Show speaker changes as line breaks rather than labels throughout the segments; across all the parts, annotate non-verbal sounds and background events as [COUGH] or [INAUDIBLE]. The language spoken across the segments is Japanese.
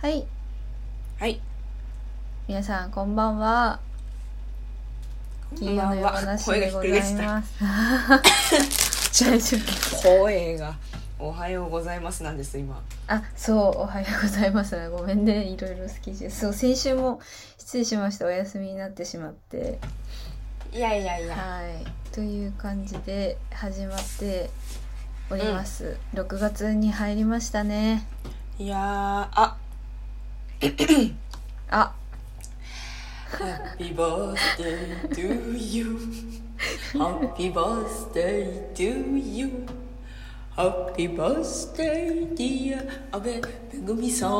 はい、
はい、
皆さんこんばんは。
こ
金
ん
曜
ば
の
ん
夜
は。
話
声が
で
ひっ
ござ
くり
い
返した。
ます。 [LAUGHS] 大丈夫。
声が。おはようございますなんです、今。
あ、そう、おはようございます。ごめんね、いろいろスケジュール。そう、先週も失礼しました。お休みになってしまって。
いやいやいや。
はい、という感じで始まっております。6月に入りましたね。
いやー、あ、
あ、
Happy birthday to you. Happy birthday to you. Happy birthday, dear 安倍めぐみさん。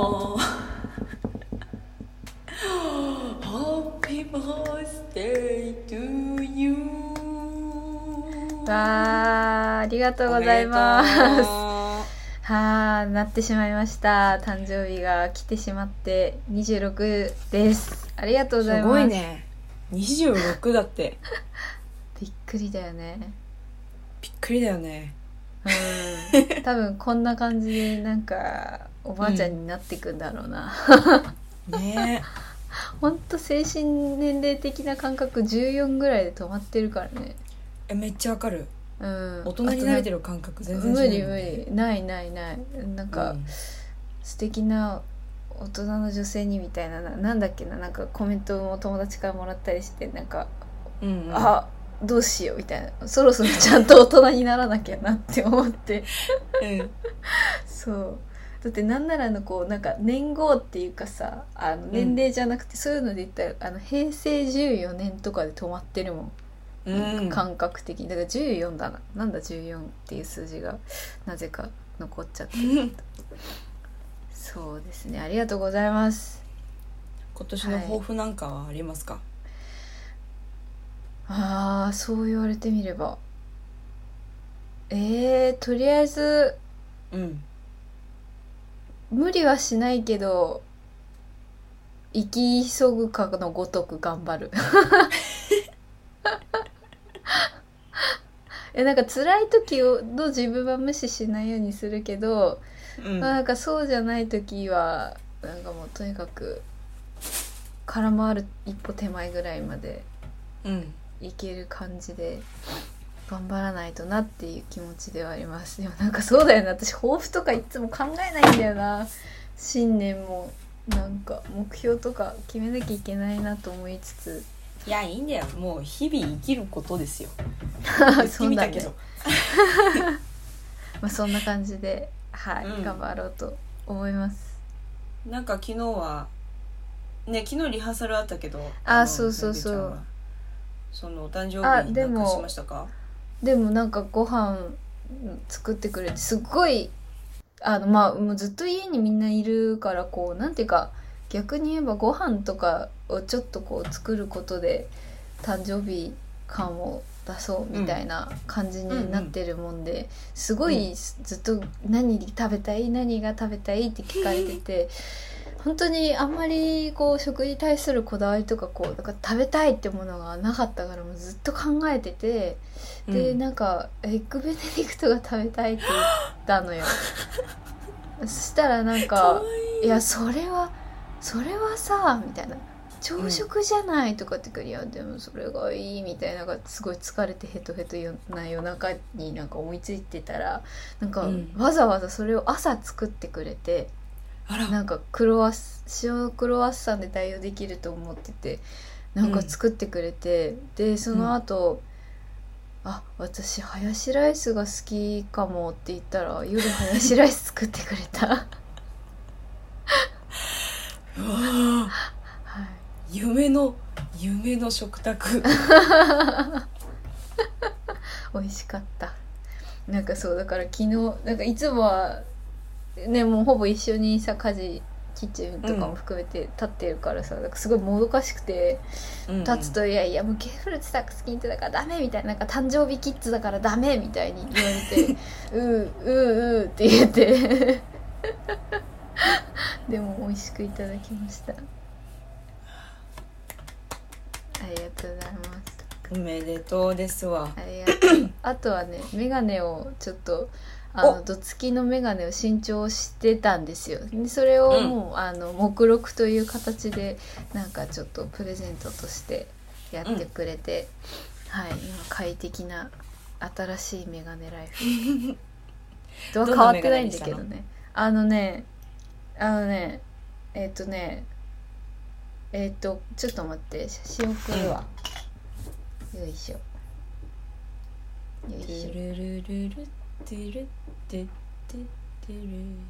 Happy birthday to you.
わー、ありがとうございます。はあ、なってしまいました。誕生日が来てしまって26です。ありがとう
お
ご
め
ざ
でとう
いま
す
す。
ごいね。26だって。
びっくりだよね。
びっくりだよね。
うん。多分こんな感じでなんかおばあちゃんになっていくんだろうな。
ね
ほんと精神年齢的な感覚14ぐらいで止まってるからね。
え。めっちゃわかる。
うん。
大人になれて
る
る感覚全然しな
無
い
理
もん
無
ね
理。ないないない。なんか、
うん
素敵な大人の女性にみたいなななんだっけななんかコメントも友達からもらったりしてなんか
うんうん、
あどうしようみたいなそろそろちゃんと大人にならなきゃなって思って
[LAUGHS] うん
そうだってなんならあのこうなんか年号っていうかさあの年齢じゃなくて、そういうので言ったらあの平成14年とかで止まってるもん、
うん、
感覚的にだから14だななんだ14っていう数字がなぜか残っち
[LAUGHS]
ゃってるそうですねありがとうございます
今年の抱負なんかはありますか、
ああそう言われてみればえー、とりあえず
うん
無理はしないけど生き急ぐかのごとく頑張る [LAUGHS] えなんか辛い時をの自分は無視しないようにするけど、
うん
まあ、なんかそうじゃない時はなんかもうとにかく空回る一歩手前ぐらいまで
うん
いける感じで頑張らないとなっていう気持ちではありますでもなんかそうだよね私抱負とかいつも考えないんだよな新年もなんか目標とか決めなきゃいけないなと思いつつ
いやいいんだよもう日々生きることで
[LAUGHS]
すよ言って
そ
み
うだ
た
ね
けど、
まあ、そんな感じではい、
うん
頑張ろうと思います
なんか昨日はね昨日リハーサルあったけど
あ
の
そうそうそう
めぐちゃんはそのお誕
あ
生日
で
な
も
んかしましたか
でもなんかご飯作ってくれてすっごいあのまあもうずっと家にみんないるからこうなんていうか逆に言えばご飯とかをちょっとこう作ることで誕生日感を出そうみたいな感じになってるもんで、すごいずっと何食べたい何が食べたいって聞かれてて本当にあんまりこう食に対するこだわりとかこうなんか食べたいってものがなかったからもうずっと考えてて。で、
うん
なんかエッグベネディクトが食べたいって言ったの
[LAUGHS]
よそしたらなん
かわ
か「いやそれはそれはさ」みたいな「朝食じゃない」とかってくるやんでもそれがいいみたいななんかすごい疲れてヘトヘトな夜中になんか思いついてたらなんか
うん
わざわざそれを朝作ってくれて、
あら
[LAUGHS] なんかクロワッサン塩クロワッサンで代用できると思っててなんか作ってくれて、でその後、あ私ハヤシライスが好きかも」って言ったら夜ハヤシライス作ってくれた、は
うわー夢の夢の食卓
い、美味しかったなんかそうだから昨日なんかいつもはねもうほぼ一緒にさ家事キッチンとかも含めて立ってるからさ、なんかすごいもどかしくて。立つと「いやいやもうケーフルーツサックスキンってだからダメ」みたいななんか誕生日キッズだからダメみたいに言われて「ううううう」って言って [LAUGHS] でも美味しくいただきましたありがとうございます
おめでとうですわ
ありがとうあとはね眼鏡をちょっとあの
お
ドツキの眼鏡を新調してたんですよでそれをもう、あの目録という形でなんかちょっとプレゼントとしてやってくれて、はい今快適な新しい眼鏡ライフとは変わってないんだけど
どん
ねあのねあのねえっ、とねえっ、とちょっと待って写真送るわ、よいしょよい
ト
しょ
ゥルルルルトゥルトゥトゥトゥル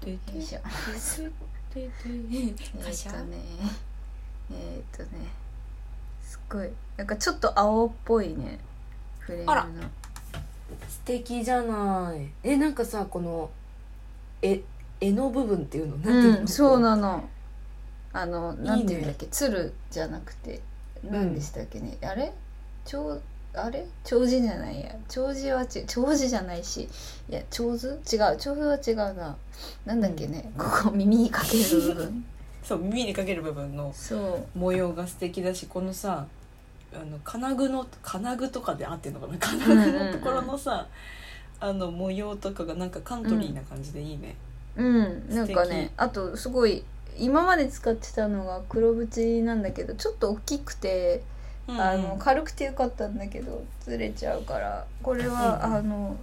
トゥト
よい
ゥ
しょ
トゥトゥトゥ
え
カシ
ー、っと
ャ
ねえー、っとねすっごいなんかちょっと青っぽいねフレ
あら
ームの
素敵じゃないえなんかさこのえ絵の部分っていうのなんていうの、
うんそう
こ
なのあのなんていうんだっ
い
け鶴じゃなくて何でしたっけね、あれ長あれ長寿じゃないや長寿はち長寿じゃないしいや長寿違う長寿は違うななんだっけね、ここ耳にかける部
[LAUGHS]
分
そう耳にかける部分の
そう
模様が素敵だしこのさあの金具の金具とかで合ってんのかな金
うんうん
具のところのさ、あの模様とかがなんかカントリーな感じでいいね、
うんなんかね
素敵
あとすごい今まで使ってたのが黒縁なんだけどちょっと大きくて、
うんうん
あの軽くてよかったんだけどずれちゃうからこれは、
うんうん
あの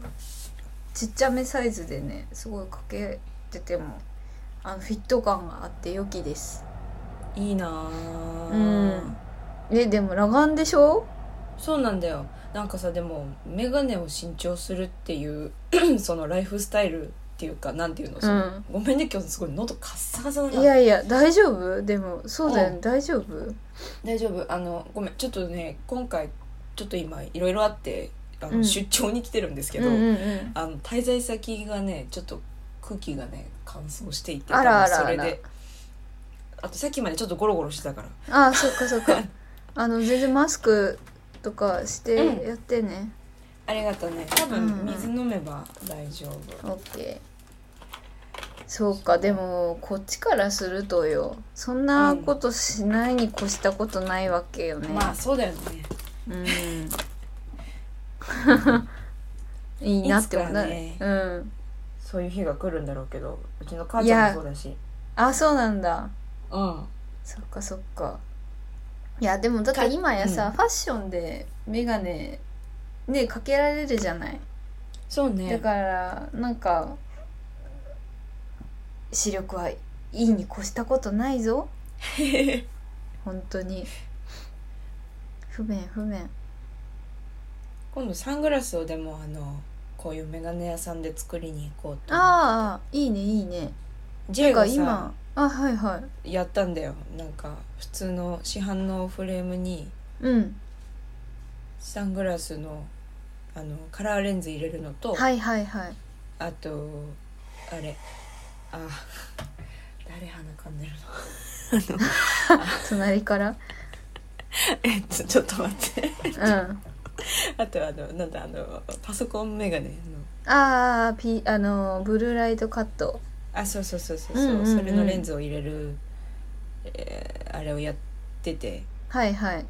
ちっちゃめサイズでねすごいかけててもあのフィット感があって良きです
いいなあ
うんねでも裸眼でしょ
そうなんだよなんかさでも眼鏡を新調するっていう [CLEARS THROAT] そのライフスタイルっていうかなんていうの、その
うん
ごめんね今日すごい喉カッサカサだない
やいや大丈夫でもそうだよね、
う
大丈夫
大丈夫あのごめんちょっとね今回ちょっと今いろいろあってあの、
うん
出張に来てるんですけど、
うんうんうん
あの滞在先がねちょっと空気がね乾燥していて
あらあら
多分そ
あ
れ
ら
であとさっきまでちょっとゴロゴロしてたから
ああそっかそっかあの全然マスクとかして
うん
やってね、
ありがとうね多
うんうん
分水飲めば大丈夫、
オッケーそうかでもこっちからするとよそんなことしないに越したことないわけよね、
まあそうだよね
うん
[LAUGHS]
いいなって思う、
いつか
うん
そういう日が来るんだろうけどうちの
母
母
ち
ち
ゃ
ゃ
ん
ん
も
もそうだし
あそうなんだ
うん
そっかそっかいやでもだって今やさ、
うん
ファッションで眼鏡ねかけられるじゃない
そう
だからなんか視力はいいに越したことない
[LAUGHS]
ぞ本当に不便不便
今度サングラスをでもあのこういうメガネ屋さんで作りに行こうと
ああいいねいいね
J
が
がさ
今あはいはい
やったんだよなんか普通の市販のフレームに
うん
サングラスのあのカラーレンズ入れるのと、
はいはいはい
あとあれあ誰鼻かんでるの
隣から
[LAUGHS] えっとちょっと待って
うんあ
あとあのなんだあのパソコンメガネの
あピあのブルーライトカット
あそうそうそうそう,、う
うんうんうん
それのレンズを入れる、えーあれをやってて
はいはい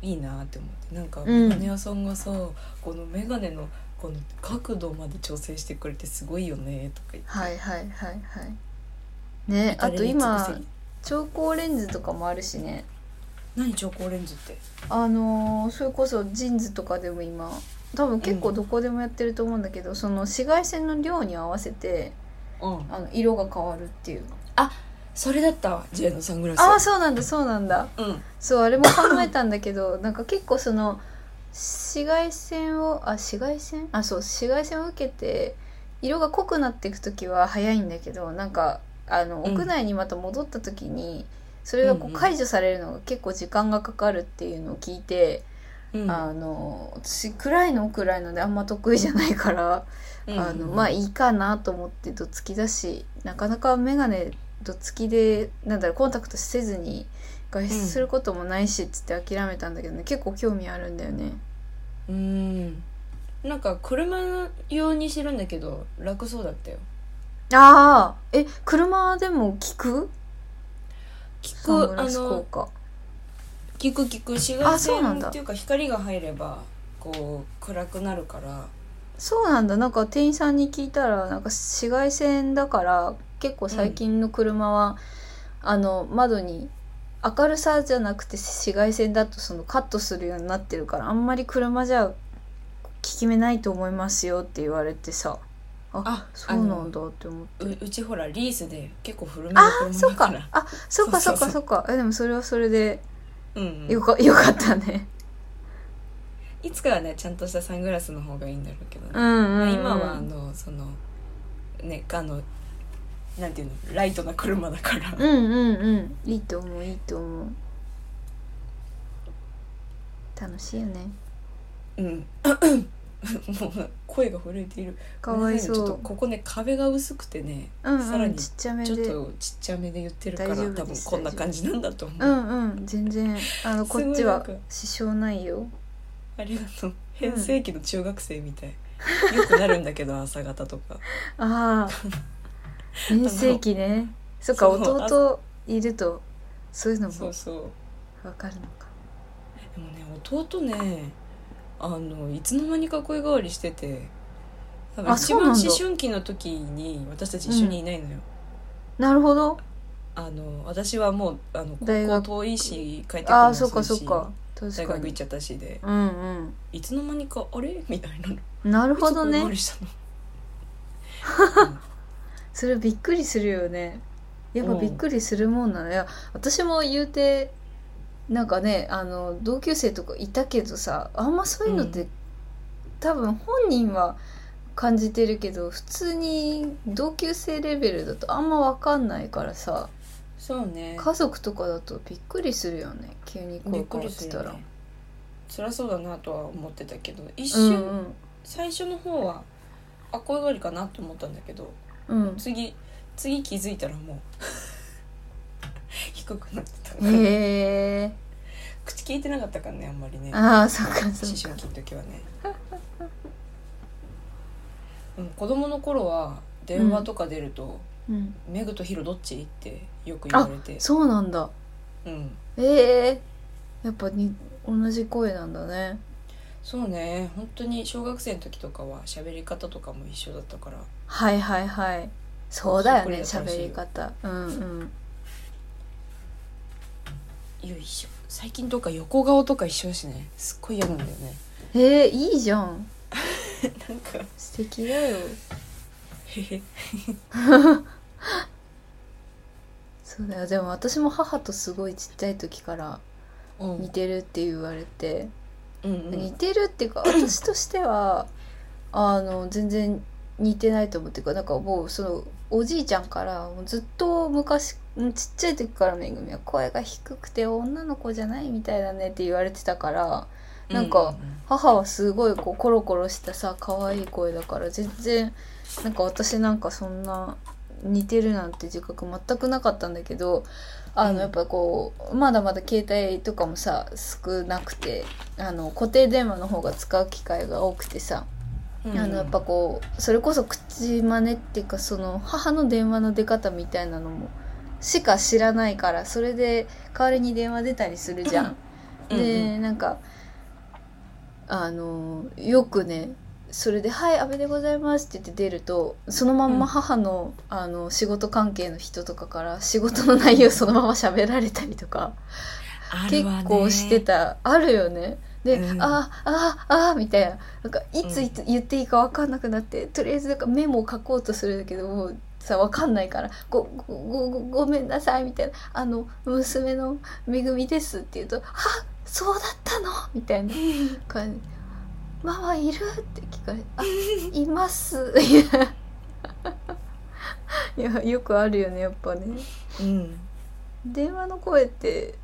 いいなって思ってなんか
うん
メガネ屋さんがさ、このメガネのこの角度まで調整してくれてすごいよねとか言って
はいはいはいはいねあと
誰に尽くせ
今
り
調光レンズとかもあるしね
何調光レンズって
あのーそれこそジーンズとかでも今多分結構どこでもやってると思うんだけど、その紫外線の量に合わせて
うん
あの色が変わるっていう
それだったわ J のサングラス
ああそうなんだそうなんだ
うん
そうあれも考えたんだけど [LAUGHS] なんか結構その紫外線をあ紫外線あそう紫外線を受けて色が濃くなっていく時は早いんだけどなんかあの
うん
屋内にまた戻った時に、それがこ
うん
う
うん
解除されるのが結構時間がかかるっていうのを聞いて、
うん
あの私暗いの暗いのであんま得意じゃないから、
うん
あのまあいいかなと思ってどつきだしなかなか眼鏡どつきでなんだろうコンタクトせずに外出することもないしっつって諦めたんだけどね、結構興味あるんだよね。
うんなんか車用にしてるんだけど楽そうだったよ
ああえ車でも聞く
聞
サング
くあ
ラス効
の
果
聞く聞く紫
あ
外
そうな
線
んだ
っていうか光が入ればこう暗くなるから
そうなんだなんか店員さんに聞いたらなんか紫外線だから結構最近の車は、あの窓に明るさじゃなくて紫外線だとそのカットするようになってるからあんまり車じゃ効き目ないと思いますよって言われてさあ
あ
そうなんだって思って
ううちほらリースで結構古めの
ああ
車
そう
だか
からあそうか
そ
そうう
そう
か
そ
そうかえでもそれはそれで
うんうん
よかよかったね
いつかはねちゃんとしたサングラスの方がいいんだろうけどね、
うんうん
ま
うん、
あ今はあのそのねあのなんていうのライトな車だから、
うんうんうんいいと思ういいと思う楽しいよね
うん。もう声が震えている。
かわい
ご
そ
めんなさねちょっ
う
とここね壁が薄くてね、
うん
さら
うん
に
ちっちゃめ
ちょっ
で
とちっちゃめで言ってるから
大丈夫
多分
です
こんな感じなんだと思う。
うんうん全然あの
す
こ
ごい
っち
な
は
んか
支障ないよ
ありがとう。変成期の中学生みたい。よくなるんだけど [LAUGHS] 朝方とか。 [LAUGHS]
ああ年世紀ねそっか
そう
弟いるとそういうの
そ
も
うそう。
わかるのか
でもね弟ねあのいつの間にか声変わりしてて。多分
あ
一
そうなん
番思
だ
春期の時に私たち一緒にいないのよ、
なるほど
あの私はもうあの
大
高
学
校遠いし帰ってくる
あ
の
あそっ
遅
か
い
そっ
し
か確
大
か
学行っ
に
ちゃったしで
うん
いつの間にかあれみたいななる
うんなるほどね
したの
[LAUGHS] それびっくりするよねやっぱ
うん
びっくりするもんなのいや私も言うてなんかねあの同級生とかいたけどさあんまそういうのって、
う
多分本人は感じてるけど普通に同級生レベルだとあんま分かんないからさ
そうね
家族とかだとびっくりするよね急に声
びっ
変
く
わ
り
っ
す
て
る
たら、
よね辛そうだなとは思ってたけど一
うんう
瞬、
ん
最初の方はあ声変わりかなって思ったんだけど
うん
次次気づいたらもう [LAUGHS] 低くなってたから、
へえ
口聞いてなかったからねあんまりね思
ああそっかそっ
春
か
期の時はねうん子供の頃は電話とか出ると
うん
「メグとヒロどっち?」ってよく言われて
そうなんだ
うん
ええやっぱに同じ声なんだね
そうね本当に小学生の時とかは喋り方とかも一緒だったから
はいはいはいそうだよね
そっくりだったらし
喋
いよ
り方うんうん
よいしょ最近とか横顔とか一緒だしねすっごい嫌なんだよね
えー、いいじゃん
なんか
素敵だよ
へへ
そうだよでも私も母とすごいちっちゃい時から
うん
似てるって言われて、
うん
似てるっていう
[COUGHS]
か私としてはあの全然似てないと思うっていうかなんかもうそのおじいちゃんからもうずっと昔うんちっちゃい時からめぐみは声が低くて女の子じゃないみたいだねって言われてたからなんか母はすごいこうコロコロしたさ可愛い声だから全然なんか私なんかそんな似てるなんて自覚全くなかったんだけどあ
うん
のやっぱこうまだまだ携帯とかもさ少なくてあの固定電話の方が使う機会が多くてさ、
うんうん
あのやっぱこうそれこそ口真似っていうかその母の電話の出方みたいなのもしか知らないからそれで代わりに電話出たりするじゃん。
うんうん
でなんかあのよくねそれで「はい阿部でございます」って言って出るとそのまんま母の,、あの仕事関係の人とかから仕事の内容そのまま喋られたりとか
あ
結
るわね
構してたあるよね。で、
うん
あーあーあーみたいななんかいついつ言っていいか分かんなくなって、とりあえずなんかメモを書こうとするんだけどもうさ分かんないからごごごごごめんなさいみたいな「あの娘のめぐみです」って言うと「あそうだったの?」みたいな感じ「ママいる?」って聞かれて「あいます」 [LAUGHS] いやよくあるよねやっぱね。
うん
電話の声って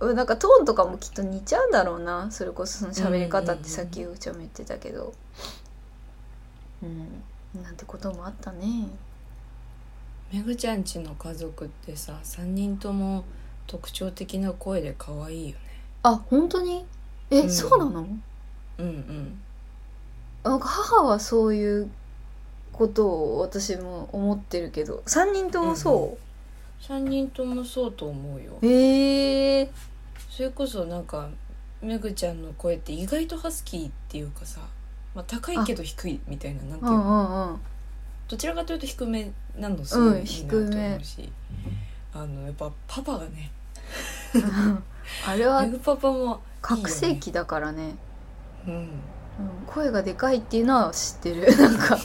うんなんかトーンとかもきっと似ちゃうんだろうなそれこそその喋り方ってさっきうちゃんも言ってたけどうんなんてこともあったね
めぐちゃんちの家族ってさ3人とも特徴的な声で可愛いよね
あ本当にえ、
うん
そうなの
うんうん
なんか母はそういうことを私も思ってるけど3人ともそ
3人ともそうと思うよ
う、へえ
それこそなんかめぐちゃんの声って意外とハスキーっていうかさまあ、高いけど低いみたいななんて
う
いうの
んうんうん
どちらかというと低めなのすごいいいなと
うん低め
思うし、あのやっぱパパがね
[LAUGHS] あれは
メグパパも、
覚醒器だからね
うん、
うん声がでかいっていうのは知ってる [LAUGHS] なんか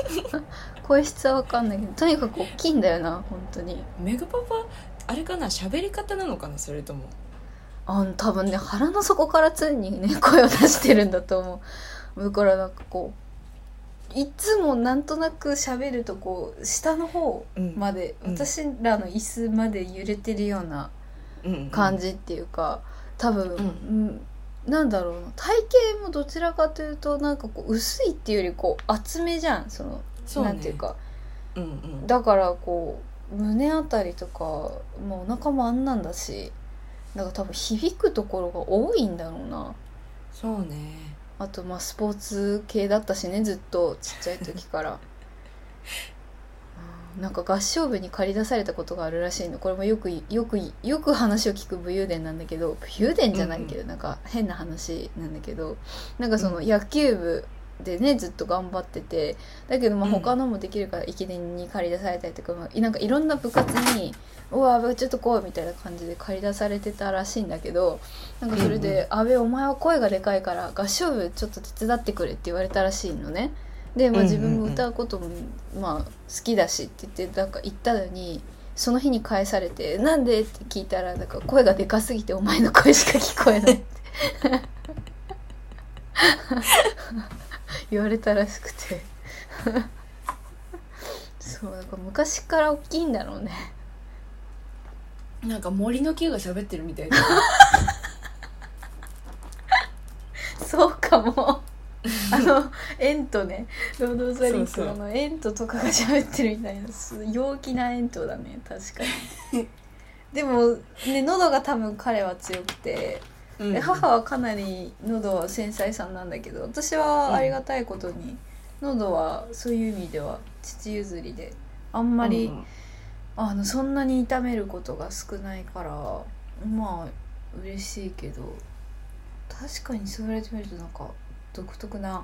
声質は分かんないけどとにかく大きいんだよな本当に
メグパパあれかな喋り方なのかなそれとも
あの多分ね腹の底から常にね [LAUGHS] 声を出してるんだと思うだからなんかこういつもなんとなく喋るとこう下の方
うん
まで、
うん
私らの椅子まで揺れてるような
うん
感じっていうか多分、
うん
うんなんだろうな体型もどちらかというとなんかこう薄いっていうよりこう厚めじゃんその
そうね
なんていうか
うんうん
だからこう胸あたりとか、まあ、お腹もあんなんだしだから多分響くところが多いんだろうな
そうね
あとまあスポーツ系だったしねずっとちっちゃい時からうんなんか合唱部に借り出されたことがあるらしいのこれもよくいよくいよく話を聞く武勇伝なんだけど武勇伝じゃないけど、なんか変な話なんだけどなんかその
う
野球部でねずっと頑張っててだけどまあ
うん
他のもできるから駅伝に借り出されたりとか、まあなんかいろんな部活に「うわ安ちょっと来い」みたいな感じで借り出されてたらしいんだけどなんかそれ
うんう
で「阿部お前は声がでかいから合唱部ちょっと手伝ってくれ」って言われたらしいのね。で、まあ、
うんうんうん
自分も歌うことも、まあ、好きだしって言ってなんか言ったのにその日に返されて「なんで?」って聞いたらなんか声がでかすぎてお前の声しか聞こえないって [LAUGHS] 言われたらしくてそうなんか昔から大きいんだろうね
なんか森の木が喋ってるみたいな
[LAUGHS] そうかも。あの、エントね、ロード・オブザ・リンク
そうそう
のあのエントとかが喋ってるみたいな、す陽気なエントだね、確かに。でも、ね、喉が多分彼は強くて、
うん
で母はかなり喉は繊細さんなんだけど、私はありがたいことに、喉はそういう意味では父譲りで、あんまり、
うん
あのそんなに痛めることが少ないからまあ嬉しいけど確かにそう言われてみるとなんか独特な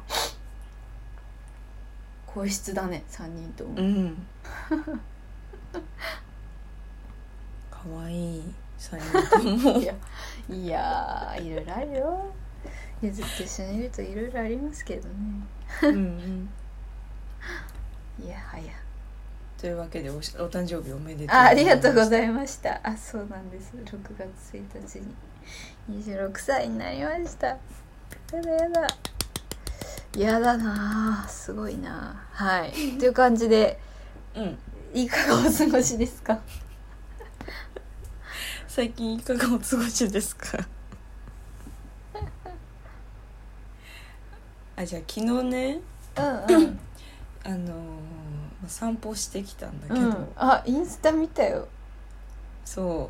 声質だね3人とも、
うんかわいい三人とも
いやーいろいろあるよいやずっと一緒にいるといろいろありますけどね
うんうん
いやはや
というわけでおしお誕生日おめでとう
あありがとうご
い
ざいましたあそうなんです6月1日に26歳になりましたやだやだやだなあすごいなあはいという感じで
ますうん
いかがお過ごしですか
最近いかがお過ごしですかあじゃあ昨日ね
うんうん、
あのーまあ散歩してきたんだけ
う
ど、
ん、あインスタ見たよ
そ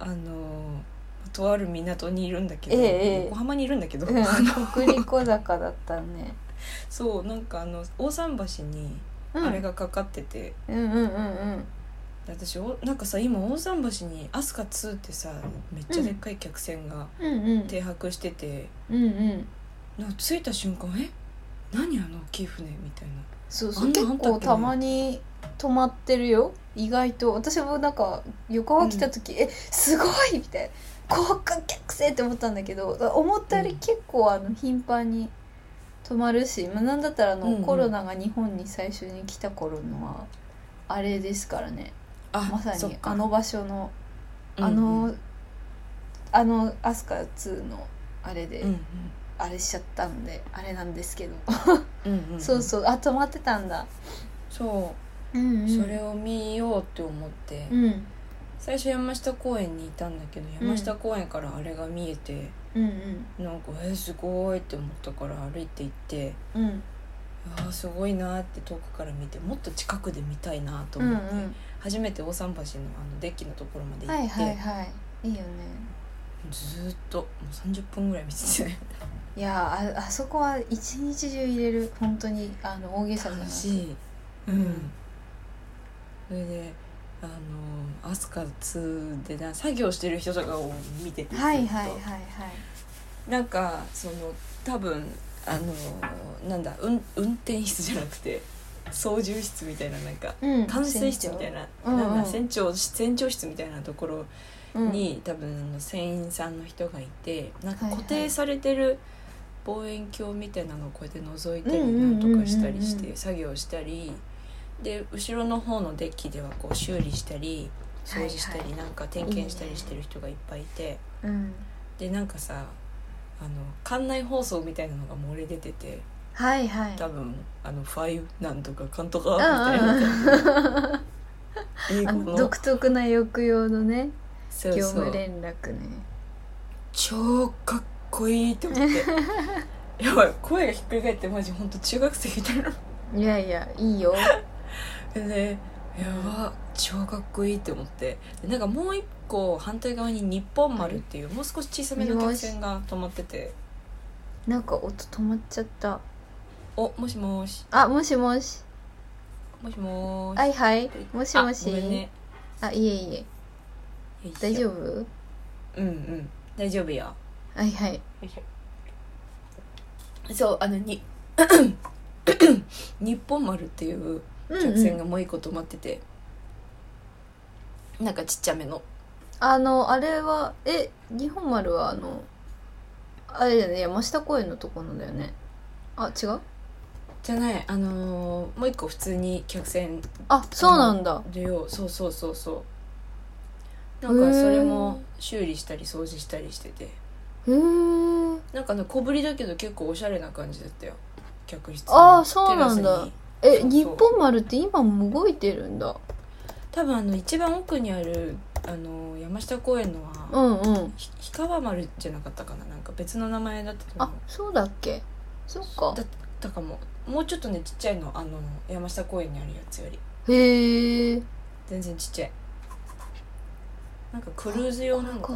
うあのーとある港にいるんだけど、
ええええ
横浜にいるんだけど、
うん北陸坂だったね
そうなんかあの大桟橋に
うん
あれがかかってて、
うんうんうん
で私おなんかさ今大桟橋に「飛鳥2」ってさめっちゃでっかい客船が
うんうんうん
停泊してて、
うんうん
なんか着いた瞬間「え何あの大きい船」みたいな。
そう
あ
そ
ん
う
な
結
あんたっ
構
け
たまに止まってるよ意外と私もなんか横浜来た時、えすごいみたいな高架客船って思ったんだけど思ったより結構あの頻繁に止まるし、まあ、なんだったらあの、
うんうん
コロナが日本に最初に来た頃のはあれですからね
あ
まさ
そっ
に
か
あの場所の
うん
あの、あの「飛鳥2」のあれで、
うんうん
あれしちゃったんであれなんですけど、
うんうん、
そう
う
そうあ止まってたんだ、
そ
うん
う、
うん、
それを見ようって思って、
うん
最初山下公園にいたんだけど山下公園からあれが見えて、
うん
なんかえーすごいって思ったから歩いて行って
うんうん
あーすごいなーって遠くから見てもっと近くで見たいなと
うん
思
う
って、
ん
初めて大桟橋のあのデッキのところまで行
は
って、
いはいはいいいよね
ずーっともう30分ぐらい見てて
いやーああそこは一日中入れる本当にあの大げさじゃな
楽
い
しい、う
うんん、
それであの飛鳥2でな作業してる人とかを見てて
はい
ずっと
はいはいはい
なんかその多分あのーなんだ、うん、運転室じゃなくて操縦室みたいななんか
うん
管制室みたいな
船長う
なん
んう
だ
ん
船長船長室みたいなところ
うん
に、多分あの船員さんの人がいてなんか
はいはい
固定されてる望遠鏡みたいなのをこうやって覗いたりなんとかしたりし
うんうんうんう
て作業したりで後ろの方のデッキではこう修理したり掃除したり、
はい
なんか点検したりしてる人がいっぱいいて
うん
でなんかさあの館内放送みたいなのが漏れ出てて
はいはい
多分あの「ファイなんとかかんとか」みたいな感じ
あ
で英
あ
語
の
の
独特な抑揚のね
そう
業
そう
務連絡ね
超かっこいいって思って
[LAUGHS]
やばい声がひっくり返ってマジほんと中学生みたい
いやいやいいよ
なでやば超かっこいいって思ってでなんかもう一個反対側に日本丸っていうもう少し小さめの客船が止まってて
なんか音止まっちゃった
おもしもし
あもしもし
もしもし
はいはいもしも
あ
し
ごめんね
あいえいえ
よいしょ
大丈夫
うんうん大丈夫よ
はいはい
そうあのに [COUGHS] 日本丸っていう
うん
客
う
船
ん
がもう一個止まってて、なんかちっちゃめの
あのあれはえ日本丸はあのあれだよね山下公園のとこなんだよねあ違う
じゃないあのーもう一個普通に客船
あそうなんだ
でよそうそうそうそうなんかそれも修理したり掃除したりしてて
へえ
なんかね小ぶりだけど結構おしゃれな感じだったよ客室
あーそうなんだ
テラ
え
スにそうそう
日本丸って今も動いてるんだ
多分あの一番奥にあるあのー山下公園の
う
は、
んうん
ひ氷川丸じゃなかったかななんか別の名前だったと
あ
思う
そうだっけそっか
だったかももうちょっとねちっちゃいのあの山下公園にあるやつより
へえ
全然ちっちゃいなんかクルーズ用なのか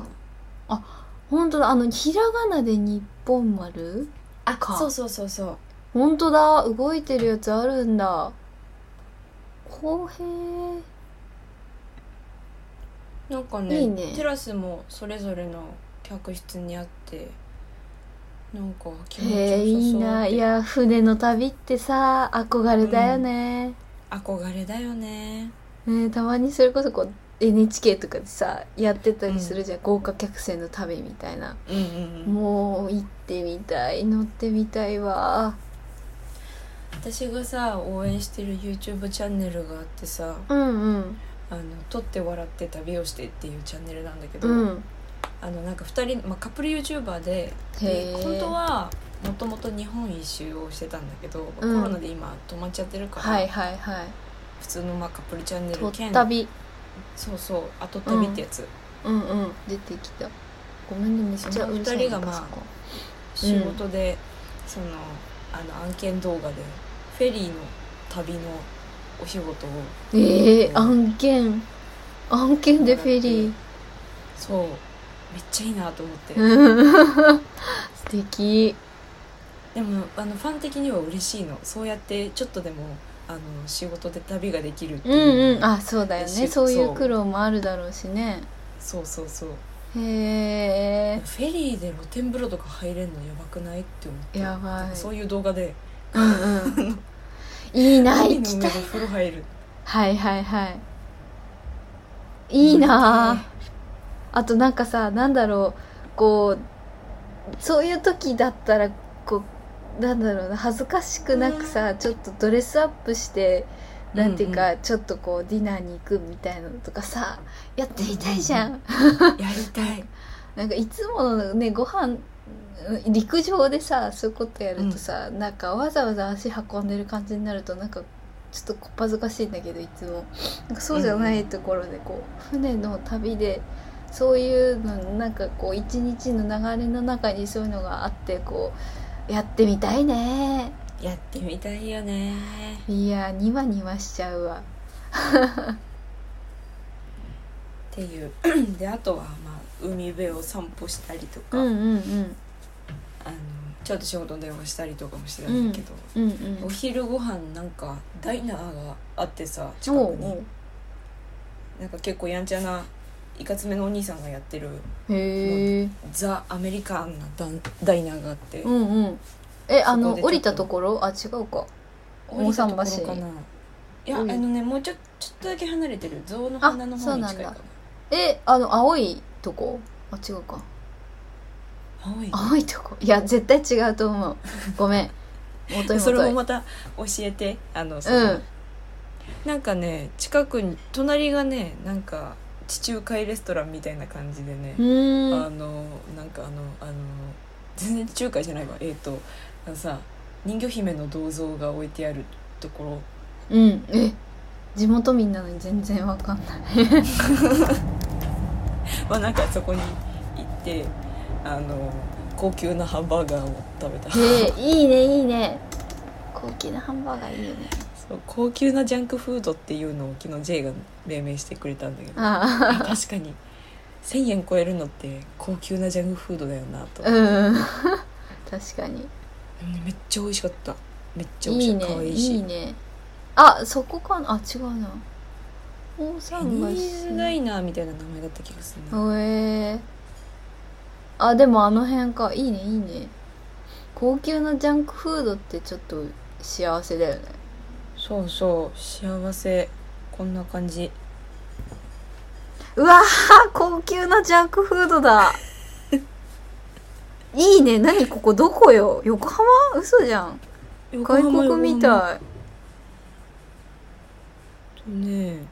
な
本当だあのひらがなで日本丸
あ
か
そうそうそうそう
本当だ動いてるやつあるんだ公平
なんかね
いいね
テラスもそれぞれの客室にあってなんか気持ちよさ
へ
そう
えいいないや船の旅ってさ憧れだよね、
憧れだよね
ねたまにそれこそこう NHK とかでさやってたりするじゃん、豪華客船の旅みたいな、
うんうんうん
もう行ってみたい乗ってみたいわ
私がさ応援してる YouTube チャンネルがあってさ
うんうん
「あの撮って笑って旅をして」っていうチャンネルなんだけど、
うん
あのなんか2人、まあ、カップル YouTuber でで
へえ
本当はもともと日本一周をしてたんだけど、まあ
うん
コロナで今止まっちゃってるから、
はいはいはい
普通のまあカップルチャンネ
「と
ル
っ
兼
たび」
そうそう「後旅」ってやつ、
うんうん出てきたごめんねめっちゃうるさい
二人がまあ
パソコン
仕事で、そのあの案件動画でフェリーの旅のお仕事を
ええ案件案件でフェリー
そうめっちゃいいなと思って、
うん [LAUGHS] 素敵
でもあのファン的には嬉しいのそうやってちょっとでもあの仕事で旅ができるって
う
い
ん
う、
うんあそうだよね
し
そうい
そうう
苦労もあるだろうしね
そうそうそう
へえ
フェリーで露天風呂とか入れるのやばくないって思って
やばい
そういう動画で
うんうんいいな
海
行
の
き
上
た
で
い
風呂入る
はいはいはいいいなあ、あとなんかさなんだろうこうそういう時だったらこうなんだろうな恥ずかしくなくさ、ちょっとドレスアップしてなんていうか、ちょっとこうディナーに行くみたいなのとかさやってみたいじゃん、
やりたい
なんかいつものねご飯うん陸上でさそういうことやるとさ、なんかわざわざ足運んでる感じになるとなんかちょっとこっぱずかしいんだけどいつもなんかそうじゃないところでこう、船の旅でそういうのなんかこう一日の流れの中にそういうのがあってこうやってみたいね
やってみたいよね
いやニワニワしちゃうわ
っていう [CLEARS THROAT] であとはまあ海辺を散歩したりと
う
か、
んうんうん
あのちょっと仕事の電話したりとかもしてたんだけど、
うんうん
お昼ご飯なんかダイナーがあってさ近く
おう
に
お
なんか結構やんちゃないかつめのお兄さんがやってる
うへえ
ザ・アメリカンなダンダイナーがあって、
うんうんえあの
そこでちょっと
降りたところあ違うか大桟橋
降りたところかないやあ
うん
のねもうちょちょっとだけ離れてる象の鼻の
あそ
方
う
に
なん
近い
だ
かな
えあの青いとこあ違うか
青い
青いとこいや絶対違うと思うごめん元に
それ
戻
も
い
また教えてあのその、
うん
なんかね近くに隣がねなんか地中海レストランみたいな感じでね
う、ー
あ
ん
のなんかあのあの全然地中海じゃないわえっ、とあのさ人魚姫の銅像が置いてあるところ
うんえ地元民なのに全然わかんない
はなんかそこに行ってあの高級なハンバーガーを食べた
ねえいいねいいね高級なハンバーガーいいよね
そう高級なジャンクフードっていうのを昨日 J が命名してくれたんだけど
あ
あ [LAUGHS] 確かに1,000円超えるのって高級なジャンクフードだよなと、
あうん確かに
めっちゃ美味しかっためっちゃ美味
いい
しかった可
ね
愛いし
いいねあそこかなあ違うな大
ペ
桟
ニ
橋
ーズダイナーみたいな名前だった気がするな、
へえあでもあの辺かいいねいいね高級なジャンクフードってちょっと幸せだよね
そうそう幸せこんな感じ
うわー高級なジャンクフード [LAUGHS] だいいね何ここどこよ横浜嘘じゃん外国みたい
いとね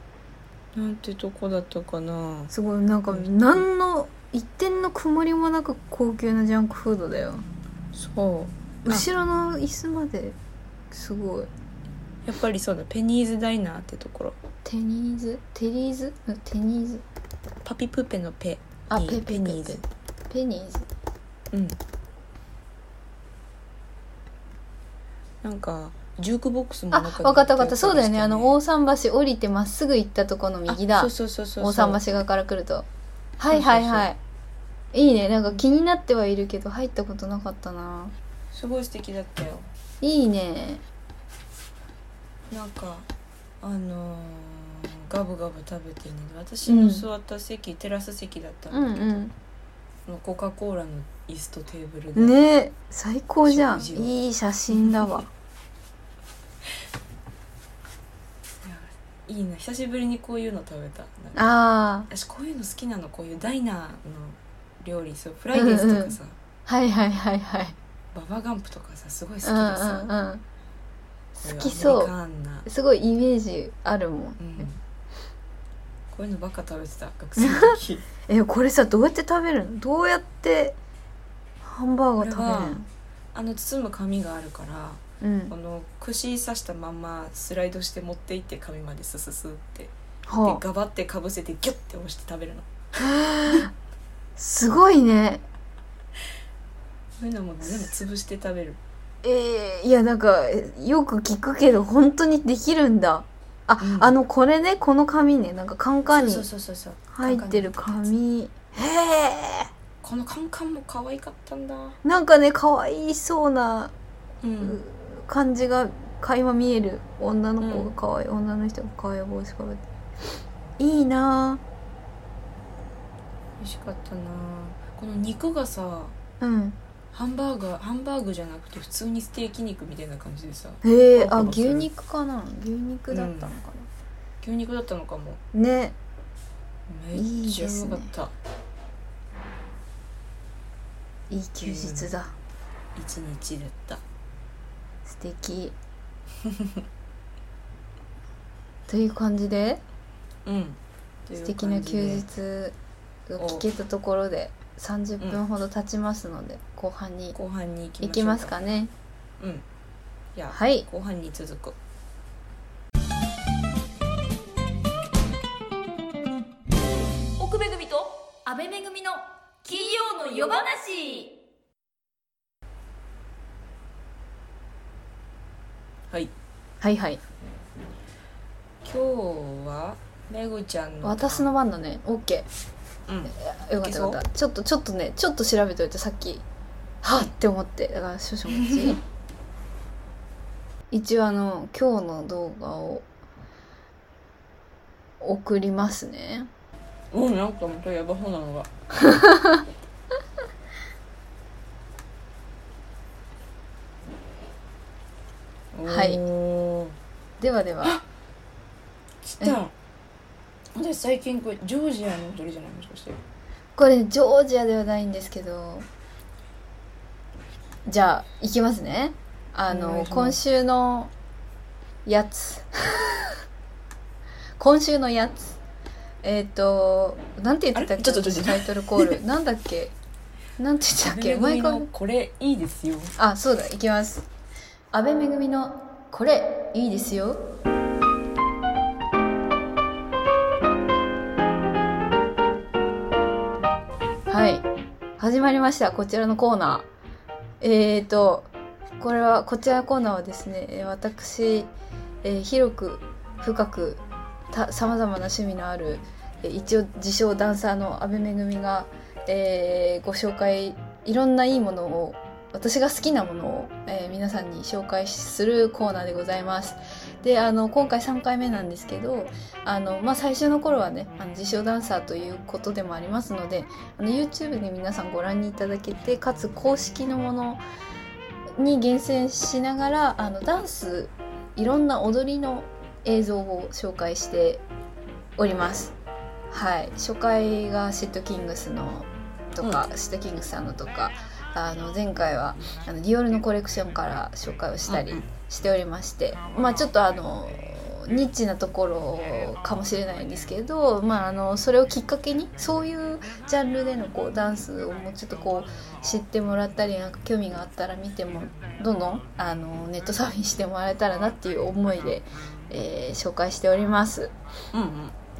なんてとこだったかな
すごいなんか
うん
何の一点の曇りもなく高級なジャンクフードだよ
そうあ
後ろの椅子まですごい
やっぱりそうだペニーズダイナーってところ
テニーズテリーズうんテニーズ
パピプペのペ
あ
に
ペペ
ペニーズ
ペニーズ
うんなんかジュークボックスも
あ、
中に
わかったわかった。そうだよね。
入
あ
ってたり
の、大桟橋降りてまっすぐ行ったとこの
してね
右だ。
あそうそうそうそう
大桟橋側から来ると。
うそう
はいはいはい。いいね。なんか気になってはいるけど、入ったことなかったな。
すごい素敵だったよ
いいね。
なんかあのーガブガブ食べてね私の座った席、テラス席だった
うん
だけど、
ん
もうコカ・コーラの椅子とテーブル
う
で、
ん。ねえ、最高じゃん。
食事を
いい写真だわ。
いいな久しぶりにこういうの食べたなんか
あ
私こういうの好きなのこういうダイナーの料理そうフライデーズとかさ、
あ、はいはいはいはい。
ババガンプとかさすごい好きで
うん
さ、
うんうん。
こういう
好きそう
アメリカンな、
すごいイメージあるもん。
うん、こういうのばっか食べてた学生の時
え、これさ、どうやって食べるのどうやってハンバーガー
これは
食
[LAUGHS] あの包む紙があるから
べるのうん
こ。の串刺したままスライドして持っていって紙までスススってで
はあ
ガバってかぶせてギュッて押して食べるの
すごいね。
そういうのも全部潰して食べる
えー、いやなんかよく聞くけど本当にできるんだあ、
うん
あのこれねこの紙ねなんかカンカンに
そうそうそうそう
入ってる
カンカンのやつ
紙へ
このカンカンも可愛かったんだ
えなんかね可愛いそうな
う
うん感じが垣間見える女の子
う
が
ん
可愛い、女の人が可愛い帽子かぶっていいな
美味しかったなこの肉がさ
ぁうん
ハンバーガーハンバーグじゃなくて普通にステーキ肉みたいな感じでさ
へえ
パ
あ
ラパラす
牛
る
肉かな牛肉だったのか
牛肉だったのかも
な、ね
めっちゃうまかった
いい休日だ
一、日だった
素 [LAUGHS] 敵という感じで
うん
素敵な
と
休
いう感じで
日を聞けたところで30分ほど経ちますので、後半に
後半に行きましょう
行きますかね
うんじゃあ、
はい
後半に続く
奥めぐみと安倍めぐみの金曜の夜話
はい
はいはい
今日はめぐちゃんの
私の番だね OK
うん
よかったよかったちょっとちょっとねちょっと調べといてさっきはっって思ってだから少々お待ち [LAUGHS] 一応あの今日の動画を送りますね
うんなんかまたやばそうな
[LAUGHS]
のが
中では
来たで最近これジョージアの踊りじゃないもしかして
これジョージアではないんですけどじゃあいきますねあ
お願
の
いします
今週のやつ [LAUGHS] 今週のやつえっ、となんて言ってたっけ
あれちょっとちょっと
タイトルコールなんだっけなんて言ってたっ
[LAUGHS]
け
安倍
毎
恵
回
のこれいいですよ
あそうだいきます安倍めぐみのこれいいですよはい始まりましたこちらのコーナーえーとこれはこちらのコーナーはですねえー私、えー広く深くさまざまな趣味のあるえー一応自称ダンサーの安倍めぐみが、えーご紹介いろんないいものを私が好きなものを、えー皆さんに紹介するコーナーでございます。であの今回3回目なんですけどあの、まあ、最初の頃はねあの自称ダンサーということでもありますのであの YouTube で皆さんご覧にいただけてかつ公式のものに厳選しながらあのダンスいろんな踊りの映像を紹介しております。はい、初回がシットキングスのとか、シットキングスさんのとかあの前回はあのディオールのコレクションから紹介をしたり
うんうん
しておりまして、まあちょっとあのニッチなところかもしれないんですけど、まあ、あのそれをきっかけにそういうジャンルでのこうダンスをもうちょっとこう知ってもらったりなんか興味があったら見てもどんどんあのネットサーフィンしてもらえたらなっていう思いで、えー紹介しております。
うんうん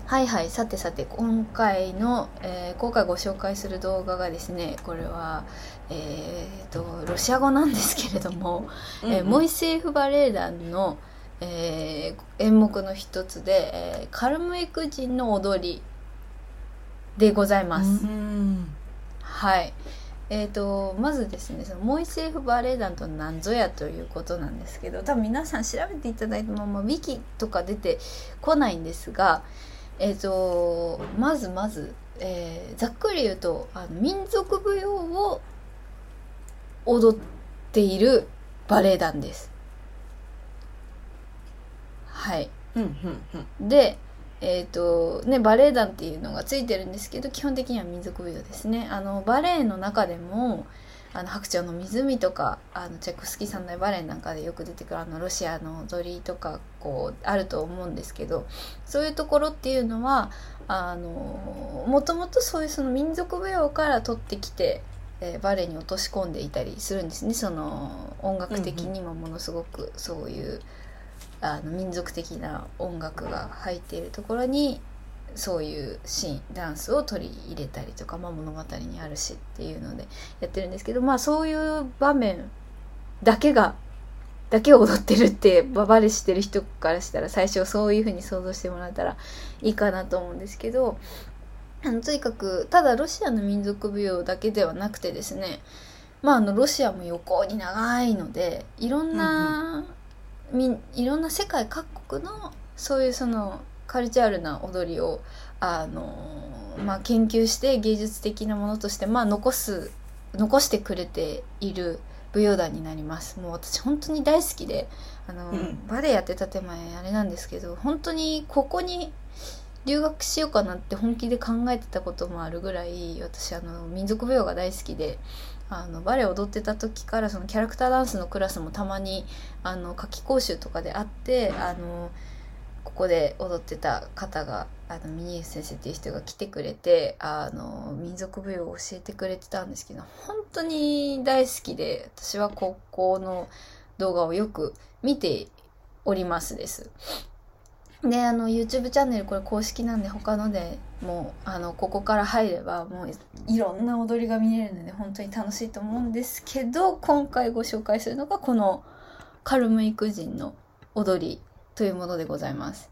はいはいさてさて今回の、えー今回ご紹介する動画がですねこれはえー、とロシア語なんですけれども、えーモイセーフ・バレエ団の、えー演目の一つで、えーカルムエク人の踊りでございます。
うん
はい。えー、とまずですねそのモイセーフバレエ団とは何ぞやということなんですけど多分皆さん調べていただいたままウィキとか出てこないんですが、えー、とまずまず、えーざっくり言うとあの民族舞踊を踊っているバレエ団です。はい。
うんうんうん
で、えーとね、バレエ団っていうのがついてるんですけど基本的には民族舞踊ですねあのバレエの中でも「あの白鳥の湖」とかあのチェコスキーさんのバレエなんかでよく出てくるあのロシアの踊りとかこうあると思うんですけどそういうところっていうのはあのもともとそういうその民族舞踊から取ってきて。えーバレエに落とし込んでいたりするんですねその音楽的にもものすごくそういうあの民族的な音楽が入っているところにそういうシーンダンスを取り入れたりとか、まあ、物語にあるしっていうのでやってるんですけど、まあ、そういう場面だけがだけを踊ってるってババレしてる人からしたら最初そういうふうに想像してもらえたらいいかなと思うんですけどあのとにかくただロシアの民族舞踊だけではなくてですねまああのロシアも横に長いのでいろんな、みんいろんな世界各国のそういうそのカルチャールな踊りをあの、まあ、研究して芸術的なものとして、まあ、残す残してくれている舞踊団になりますもう私本当に大好きであの、
うん
バレエやってた手前あれなんですけど本当にここに留学しようかなって本気で考えてたこともあるぐらい私あの民族舞踊が大好きであのバレエ踊ってた時からそのキャラクターダンスのクラスもたまにあの夏季講習とかであってあのここで踊ってた方があのミニエス先生っていう人が来てくれてあの民族舞踊を教えてくれてたんですけど本当に大好きで私は高校の動画をよく見ておりますです。であの YouTube チャンネルこれ公式なんで他のでもうあのここから入ればもういろんな踊りが見れるので本当に楽しいと思うんですけど今回ご紹介するのがこのカルムイク人の踊りというものでございます。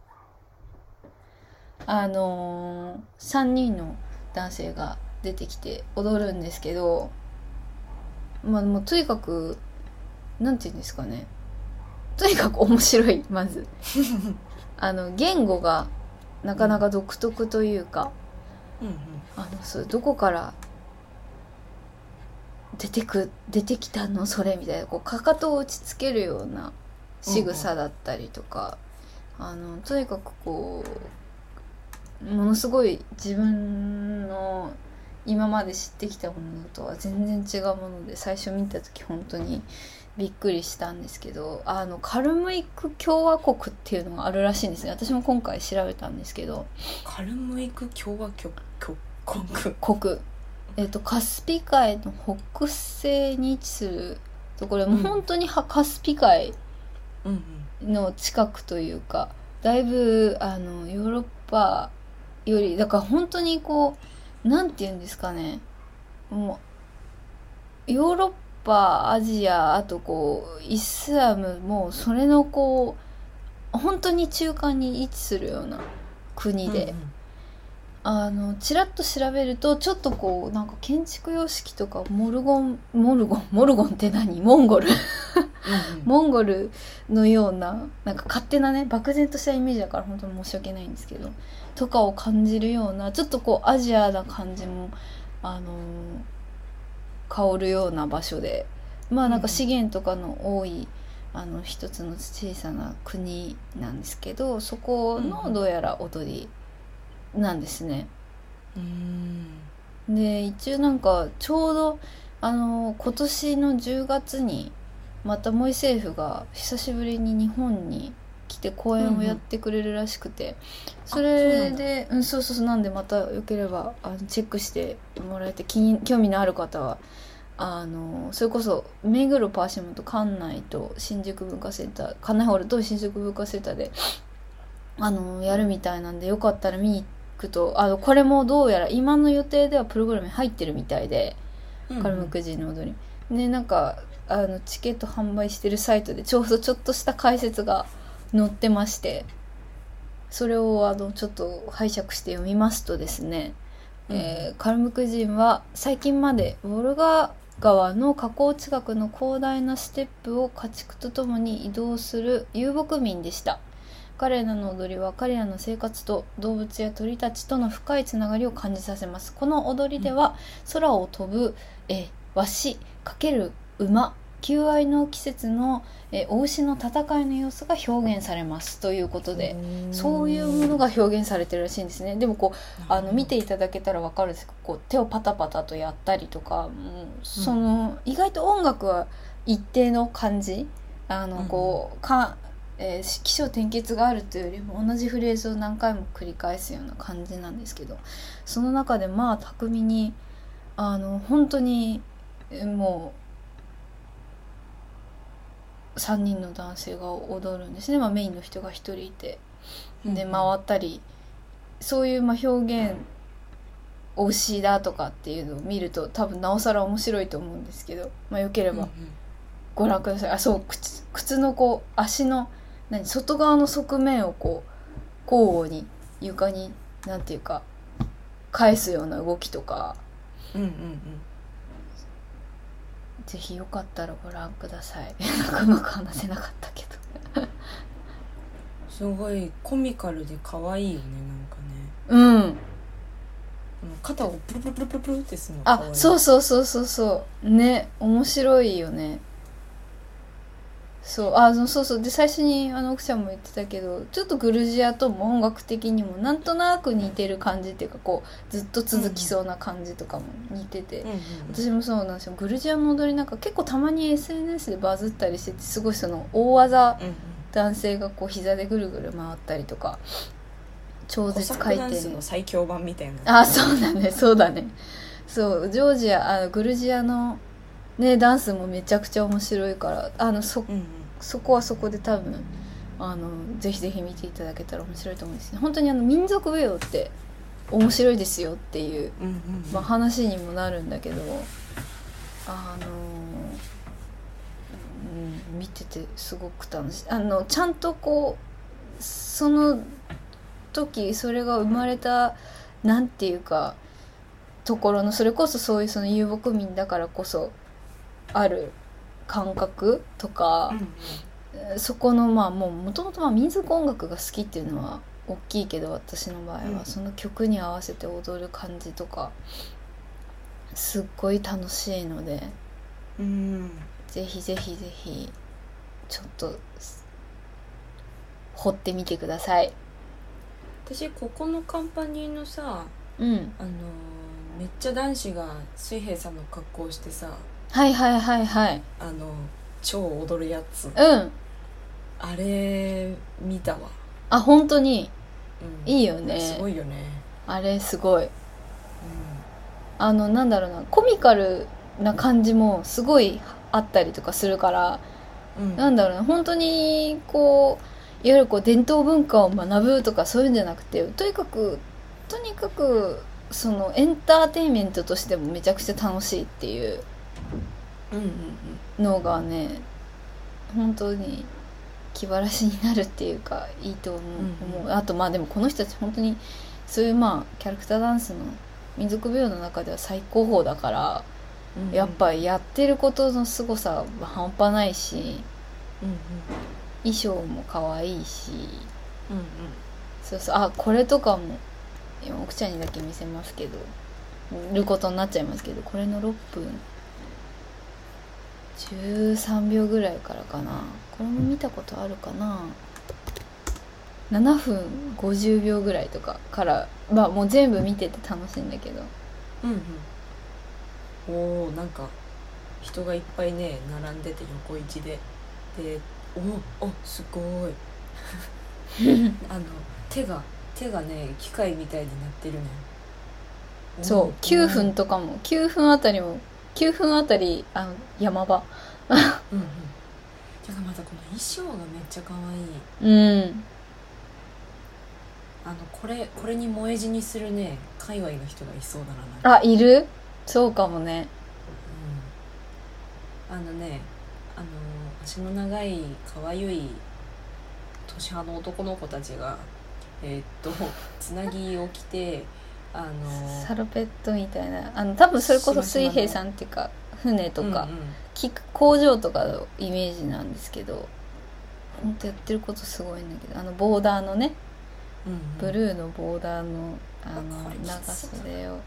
あのー、3人の男性が出てきて踊るんですけど、まあ、もうとにかくなんて言うんですかねとにかく面白いまずあの言語がなかなか独特というか
うん
あのそうどこから出てく出てきたのそれみたいなこうかかとを打ちつけるような仕草だったりとか、あのとにかくこうものすごい自分の今まで知ってきたものとは全然違うもので最初見た時本当にびっくりしたんですけどあのカルムイク共和国っていうのがあるらしいんですね私も今回調べたんですけど
カルムイク共和国国国
国、えっとカスピ海の北西に位置するところもう本当にはカスピ海
うんうん
の近くというかだいぶあのヨーロッパよりだから本当にこうなんて言うんですかねもうヨーロッパアジアあとこうイスラムもそれのこう本当に中間に位置するような国で、
うんうん
あのちらっと調べるとちょっとこうなんか建築様式とかモルゴンモルゴンモルゴンって何モンゴル [LAUGHS]
うんうん
モンゴルのようななんか勝手なね漠然としたイメージだから本当に申し訳ないんですけどとかを感じるようなちょっとこうアジアな感じも、あのー香るような場所でまあなんか資源とかの多い、あの一つの小さな国なんですけどそこのどうやら踊りなんですね。
うん
で一応なんかちょうどあの今年の10月にまたモイ政府が久しぶりに日本に来て公演をやってくれるらしくて、それでうんそうそうそうなんでまたよければあのチェックしてもらえて気に興味のある方はあのそれこそ目黒パーシモンと館内と新宿文化センター館内ホールと新宿文化センターであのやるみたいなんでよかったら見に行くとあのこれもどうやら今の予定ではプログラムに入ってるみたいで「カルムクジの踊り」でなんかあのチケット販売してるサイトでちょうどちょっとした解説が載ってましてそれをあのちょっと拝借して読みますとですね、
うん
えーカルムク人は最近までウォルガ川の河口近くの広大なステップを家畜とともに移動する遊牧民でした彼らの踊りは彼らの生活と動物や鳥たちとの深いつながりを感じさせますこの踊りでは空を飛ぶ、えーワシ×馬求愛の季節の、えーお牛の戦いの様子が表現されますということで、そういうものが表現されてるらしいんですねでもこうあの見ていただけたら分かるんですけどこう手をパタパタとやったりとか、もうその意外と音楽は一定の感じあのこう、かえー起承転結があるというよりも同じフレーズを何回も繰り返すような感じなんですけどその中でまあ巧みにあの本当にえーもう3人の男性が踊るんですね、まあ、メインの人が1人いて。で回ったりそういうまあ表現推しだとかっていうのを見ると多分なおさら面白いと思うんですけど、まあ、よけれ
うんうん
ばご覧ください、あそう靴靴のこう足の何外側の側面をこう交互に床になんていうか返すような動きとか
うんうんうん
ぜひよかったらご覧ください [LAUGHS] なんかうまく話せなかったけど
すごいコミカルで可愛いよねなんか
うん
ねあの肩をプルプルプルプルプルってするの可
あ
愛い
そうそうそうそうそうね面白いよねそうあそうそうそうで最初にあの奥ちゃんも言ってたけどちょっとグルジアとも音楽的にもなんとなく似てる感じっていうかこうずっと続きそうな感じとかも似てて、
うんうん
私もそうなんですよグルジアの踊りなんか結構たまに SNS でバズったりしててすごいその大技
うんうん
男性がこう膝でぐるぐる回ったりとか超
コ
絶
サッ
回
クダン
転
スの最強版みたいな
あそうだねそうだねそうジョージアあグルジアのねダンスもめちゃくちゃ面白いからあのそ
うんうん
そこはそこで多分あのぜひぜひ見ていただけたら面白いと思うんですね本当にあの民族舞踊って面白いですよっていう、
うんうんうん
まあ、話にもなるんだけどあのうん見ててすごく楽しいあのちゃんとこうその時それが生まれたなんていうかところのそれこそそういうその遊牧民だからこそある感覚とか
うん、うん
そこのまあもうもともと民族音楽が好きっていうのは大きいけど私の場合は、
うん
その曲に合わせて踊る感じとかすっごい楽しいので
うん
ぜひぜひぜひちょっとす掘ってみてください
私ここのカンパニーのさ
うん
あのーめっちゃ男子が水平さんの格好をしてさ
はいはいはいはい
あの超踊るや
う
つ
ん
あれ見たわ、
あ本当に
うん
いいよね
すごいよね、
あれすごいあのなんだろうなコミカルな感じもすごいあったりとかするから
うんうん、
なんだろうな本当にこういわゆるこう伝統文化を学ぶとかそういうんじゃなくてとにかくとにかくそのエンターテインメントとしてもめちゃくちゃ楽しいっていう
うんうん
のがね本当に気晴らしになるっていうかいいと思う,
うんうん
思う、あとまあでもこの人たち本当にそういうまあキャラクターダンスの民族舞踊の中では最高峰だから、
うんうん
やっぱやってることの凄さは半端ないし
うんうん
衣装も可愛いし
うん
そうそうあこれとかも今奥ちゃんにだけ見せますけど見ることになっちゃいますけどこれの6分13秒ぐらいからかなこれも見たことあるかな7分50秒ぐらいとかからまあもう全部見てて楽しいんだけど
うんうんうんおーなんか人がいっぱいね並んでて横一ででおおすごい [LAUGHS] あの手が手がね機械みたいになってるね
そう9分
と、
とかも9分あたりも9分あたりあの山場
うんうん、てかまたこの衣装がめっちゃ可愛い
うん
あのこれこれに萌え死にするね界隈の人がいそうだななんか
あいるそうかもね
うんあのねあの足の長いかわゆい年派の男の子たちがえーっ
[LAUGHS]
とつなぎを着てあの
サロペットみたいなあの多分それこそ
しましま
水
の
平さんっていうか船とか、
うんうん
き工場とかのイメージなんですけどほんとやってることすごいんだけどあのボーダーのね
うんうん
ブルーのボーダーのあ
あ
の
これきつ
長
そうだな
袖を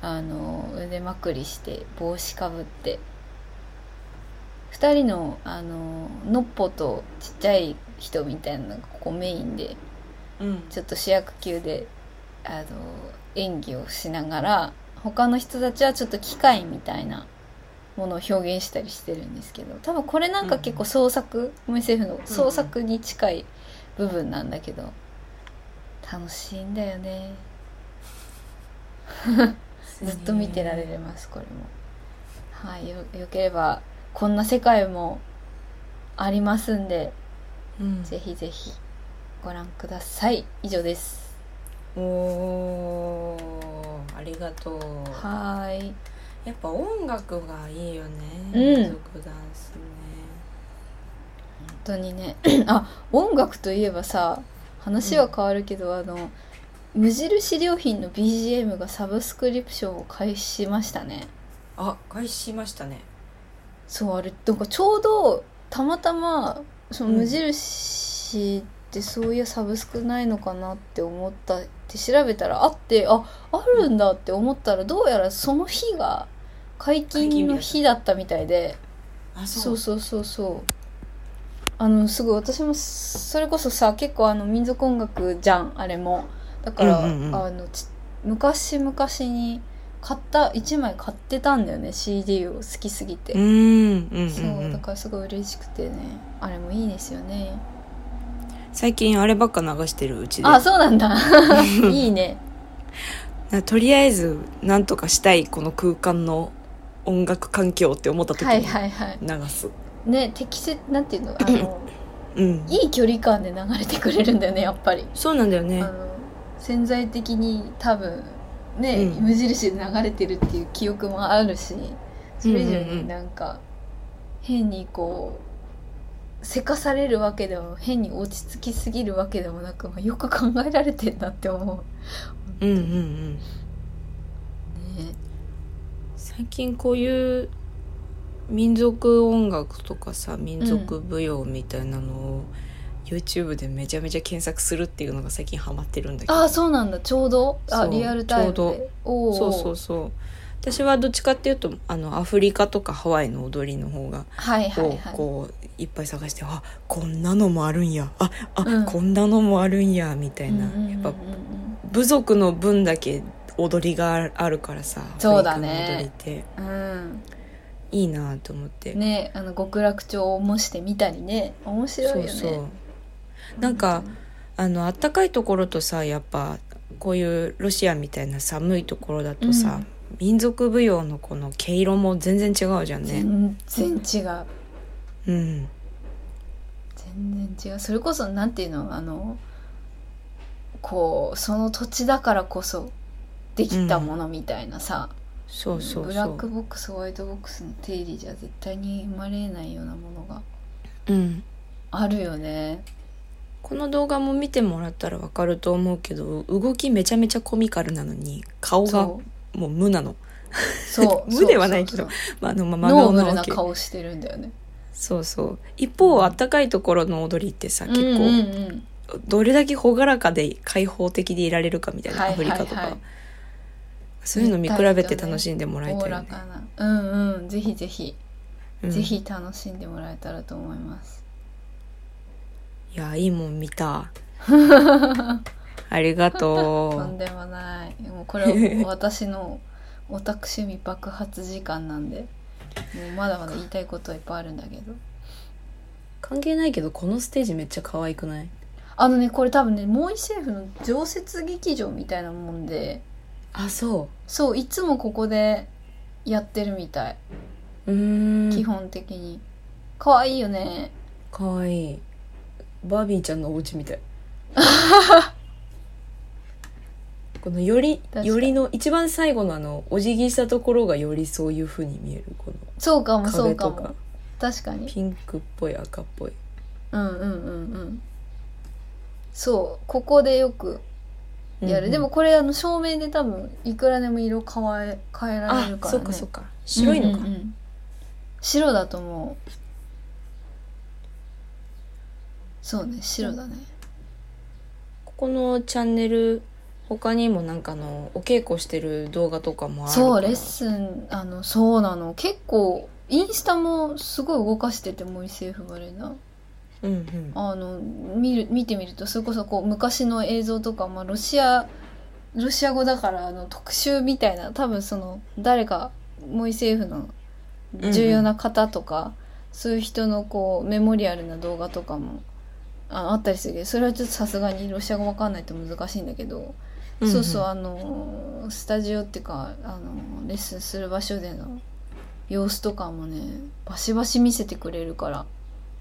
あの腕まくりして帽子かぶって2人のあののっぽとちっちゃい人みたいなのがここメインで
うん
ちょっと主役級であの演技をしながら他の人たちはちょっと機械みたいなものを表現したりしてるんですけど多分これなんか結構創作、MSF の創作に近い部分なんだけど、楽しいんだよねずっと見てられれますこれもはいよよければこんな世界もありますんで
うん
ぜひぜひご覧ください以上です
おーありがとう
はーい
やっぱ音楽がいいよね、
うん
民族ダンスね
本当にね [CLEARS THROAT] あ音楽といえばさ話は変わるけど、あの無印良品の BGM がサブスクリプションを開始しましたね
あ開始しましたね
そうあれなんかちょうどたまたまその
うん
無印ってそういやサブスクないのかなって思ったって調べたらあってああるんだって思ったらどうやらその日が解禁の日だったみたいで。
あそ
そううそうそうそうあのすごい私もそれこそさ結構あの民族音楽じゃんあれもだから、
うんうんうん
あのち昔々に買った1枚買ってたんだよね CD を好きすぎて、
うんうんうん、うん、
そうだからすごい嬉しくてねあれもいいですよね
最近あればっか流してるうちで
あそう
[LAUGHS]
なんだいいね
なとりあえずなんとかしたいこの空間の音楽環境って思った時
はい
に
はいはい
流す、
ね適切なんていうのあの
[LAUGHS] うん
いい距離感で流れてくれるんだよねやっぱり
そうなんだよね
あの潜在的に多分ね、
うん
無印で流れてるっていう記憶もあるしそれ以上になんか変にこうせかされるわけでも変に落ち着きすぎるわけでもなく、まあ、よく考えられてんだって思
うんうんうん
うね
最近こういう民族音楽とかさ民族舞踊みたいなのを、YouTube でめちゃめちゃ検索するっていうのが最近ハマってるんだけど
ああそうなんだちょうどあ
そう
リアルタイム
ちょう
でおー
そうそうそう私はどっちかっていうとあのアフリカとかハワイの踊りの方が
はいは
を
いはい
こういっぱい探して、あこんなのもあるんやああ、
うん
こんなのもあるんやみたいな、
うんうんうんうん
やっぱ部族の分だけ踊りがあるからさ
そうだね
アフリカの踊りって
うん
いいなと思って、
ねあの極楽鳥を模してみたりね面白いよ
そう
ね
そうなんかあの暖かいところとさやっぱこういうロシアみたいな寒いところだとさ、民族舞踊のこの毛色も全然違うじゃんね。
全然違う
うん、
全然違うそれこそなんていうのあのこうその土地だからこそできたものみたいなさ、
そうそうそう。
ブラックボックスホワイトボックスの定理じゃ絶対に生まれないようなものが
うん
あるよね
この動画も見てもらったらわかると思うけど動きめちゃめちゃコミカルなのに顔が
そう
もう無なの、
そう
[LAUGHS] 無ではないけ
そ
ど
う
まあ、あのま
そうノー
ま顔
ブ
な
ル
わ
な
け
顔してるんだよね
そうそう一方あったかいところの踊りってさ、結構、
うんうん
どれだけ朗らかで開放的でいられるかみたいな、
はいはいはい
アフリカとかそういうの見比べて楽しんでもら
う
い
んお
た
お
いよ
ら
ね
かなうんうんぜひぜひ、
うん
ぜひ楽しんでもらえたらと思います
いやいいもん見たありが
とん
と
でもないもうこれは私のオタク趣味爆発時間なんでもうまだまだ言いたいことはいっぱいあるんだけど
う関係ないけどこのステージめっちゃ可愛くない
あのねこれ多分ねモイシェフの常設劇場みたいなもんで
あそ
そういつもここでやってるみたい、
ううーん
基本的に可愛いよね
かわいいバービーちゃんのお家み
[LAUGHS]
たいこのより
確かに
よりの一番最後のあのお辞儀したところがよりそういう風に見えるこの
そうかもそ
壁
うか
と
も
か
確かに
ピンクっぽい赤っぽい
うんうんうんうんそうここでよくやる、
うんうん
でもこれあの照明で多分いくらでも色変え変えられる
あ
からね
そうかそうか白いのか、
うんうんうん白だと思うそうね白だね
ここのチャンネル他にもなんかあのお稽古してる動画とかもあるから
そうレッスンあのそうなの結構インスタもすごい動かしててモイセーフバレーナ
うんうん
あの見る見てみるとそれこそこう昔の映像とか、まあ、ロシアロシア語だからあの特集みたいな多分その誰かモイセーフの重要な方とか、そういう人のこうメモリアルな動画とかもああったりするけどそれはちょっとさすがにロシア語わかんないと難しいんだけど、
んん
そうそうあのスタジオっていうかあのレッスンする場所での様子とかもねバシバシ見せてくれるから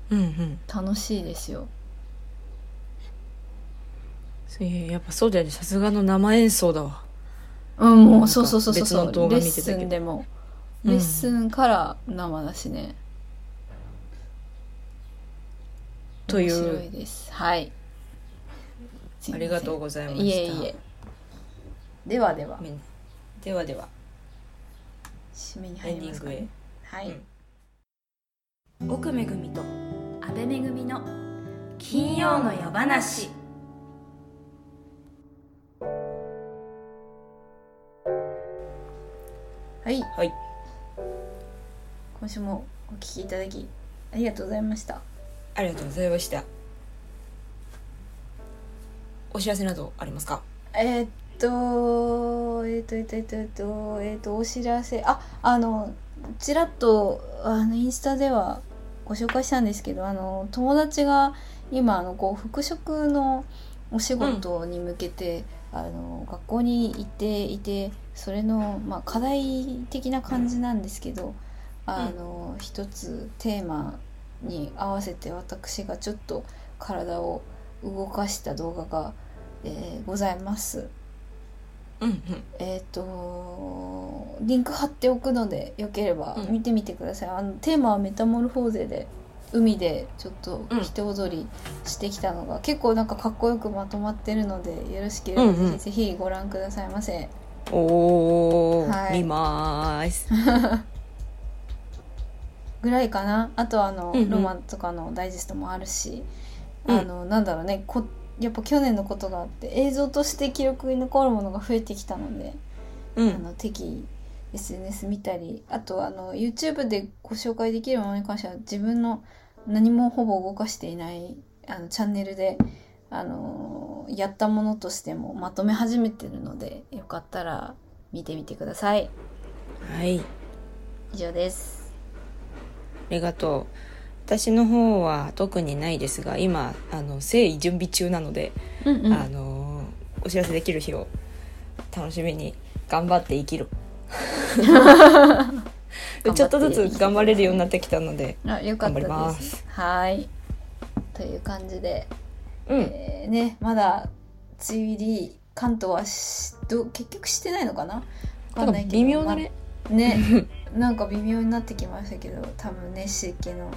うんうん
楽しいですよ。
そういうやっぱそうだよねさすがの生演奏だわ
うん、
なん
も
か
うそうそうそうそう
別の動画
レッ
見てたけど
スンでも、
うん
レッスンから生だしね
という
面白いですはいすいませ
あ
ん
りがとうございました
いえいえではでは
みんなではでは
締めに
エ
入
ンデ
りま
ィン
すか
グ
ね、
へ
はい、
うん
奥めぐみと阿部めぐみの金曜の夜話
はい
はい
今週もお聞きいただきありがとうございました
ありがとうございました。お知らせなどありますか。
えーっと、えーっと、えーっと、えーっと、えーっと、えーっと、お知らせ、あ、あの、ちらっと、あの、インスタではご紹介したんですけど、あの、友達が今、あの、こう、復職のお仕事に向けて、あの、学校に行っていて、それの、まあ、課題的な感じなんですけど、あの、一つテーマに合わせて私がちょっと体を動かした動画が、えーございます。
うんうん。
えっ、とリンク貼っておくのでよければ
うん
見てみてください。あのテーマはメタモルフォーゼで海でちょっと
うん
人踊りしてきたのが、結構なんかかっこよくまとまってるのでよろしければ
う
ぜ
んうん
ひぜひご覧くださいませ。
おお、
はい
見まーす。
ぐらいかなあとはあの、
うんうん
ロマンとかのダイジェストもあるし、
うん
あのなんだろうねこやっぱ去年のことがあって映像として記録に残るものが増えてきたので、
う
あ
ん。
の適 SNS 見たりあとあの YouTube でご紹介できるものに関しては自分の何もほぼ動かしていないあのチャンネルで、あのやったものとしてもまとめ始めてるのでよかったら見てみてください
はい
以上です
ありがとう私の方は特にないですが今あの誠意準備中なので、
うん
あのお知らせできる日を楽しみに頑張って
[LAUGHS]
生きる [LAUGHS] ちょっとずつ頑張れるようになってきたので
あよかった
頑張りま
です
す
はいという感じで、
うん
えーねまだ梅雨入り関東はしど結局してないのかなわ
なん
か
か
んないけど
微妙だね、 [LAUGHS]
ねなんか微妙になってきましたけど多分ね湿気の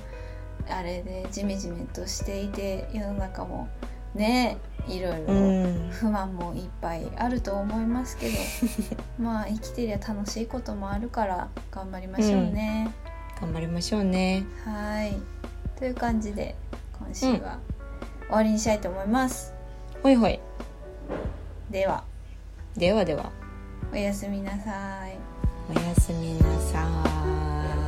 あれでジメジメとしていて世の中もねいろいろ
うん
不満もいっぱいあると思います
[LAUGHS]
けど、まあ生きてりゃ楽しいこともあるから頑張りましょうね。
頑張りましょうね
はいという感じで今週は終わりにしたいと思います。
ほいほい
では
ではでは
おやすみなさい。
おやすみなさーい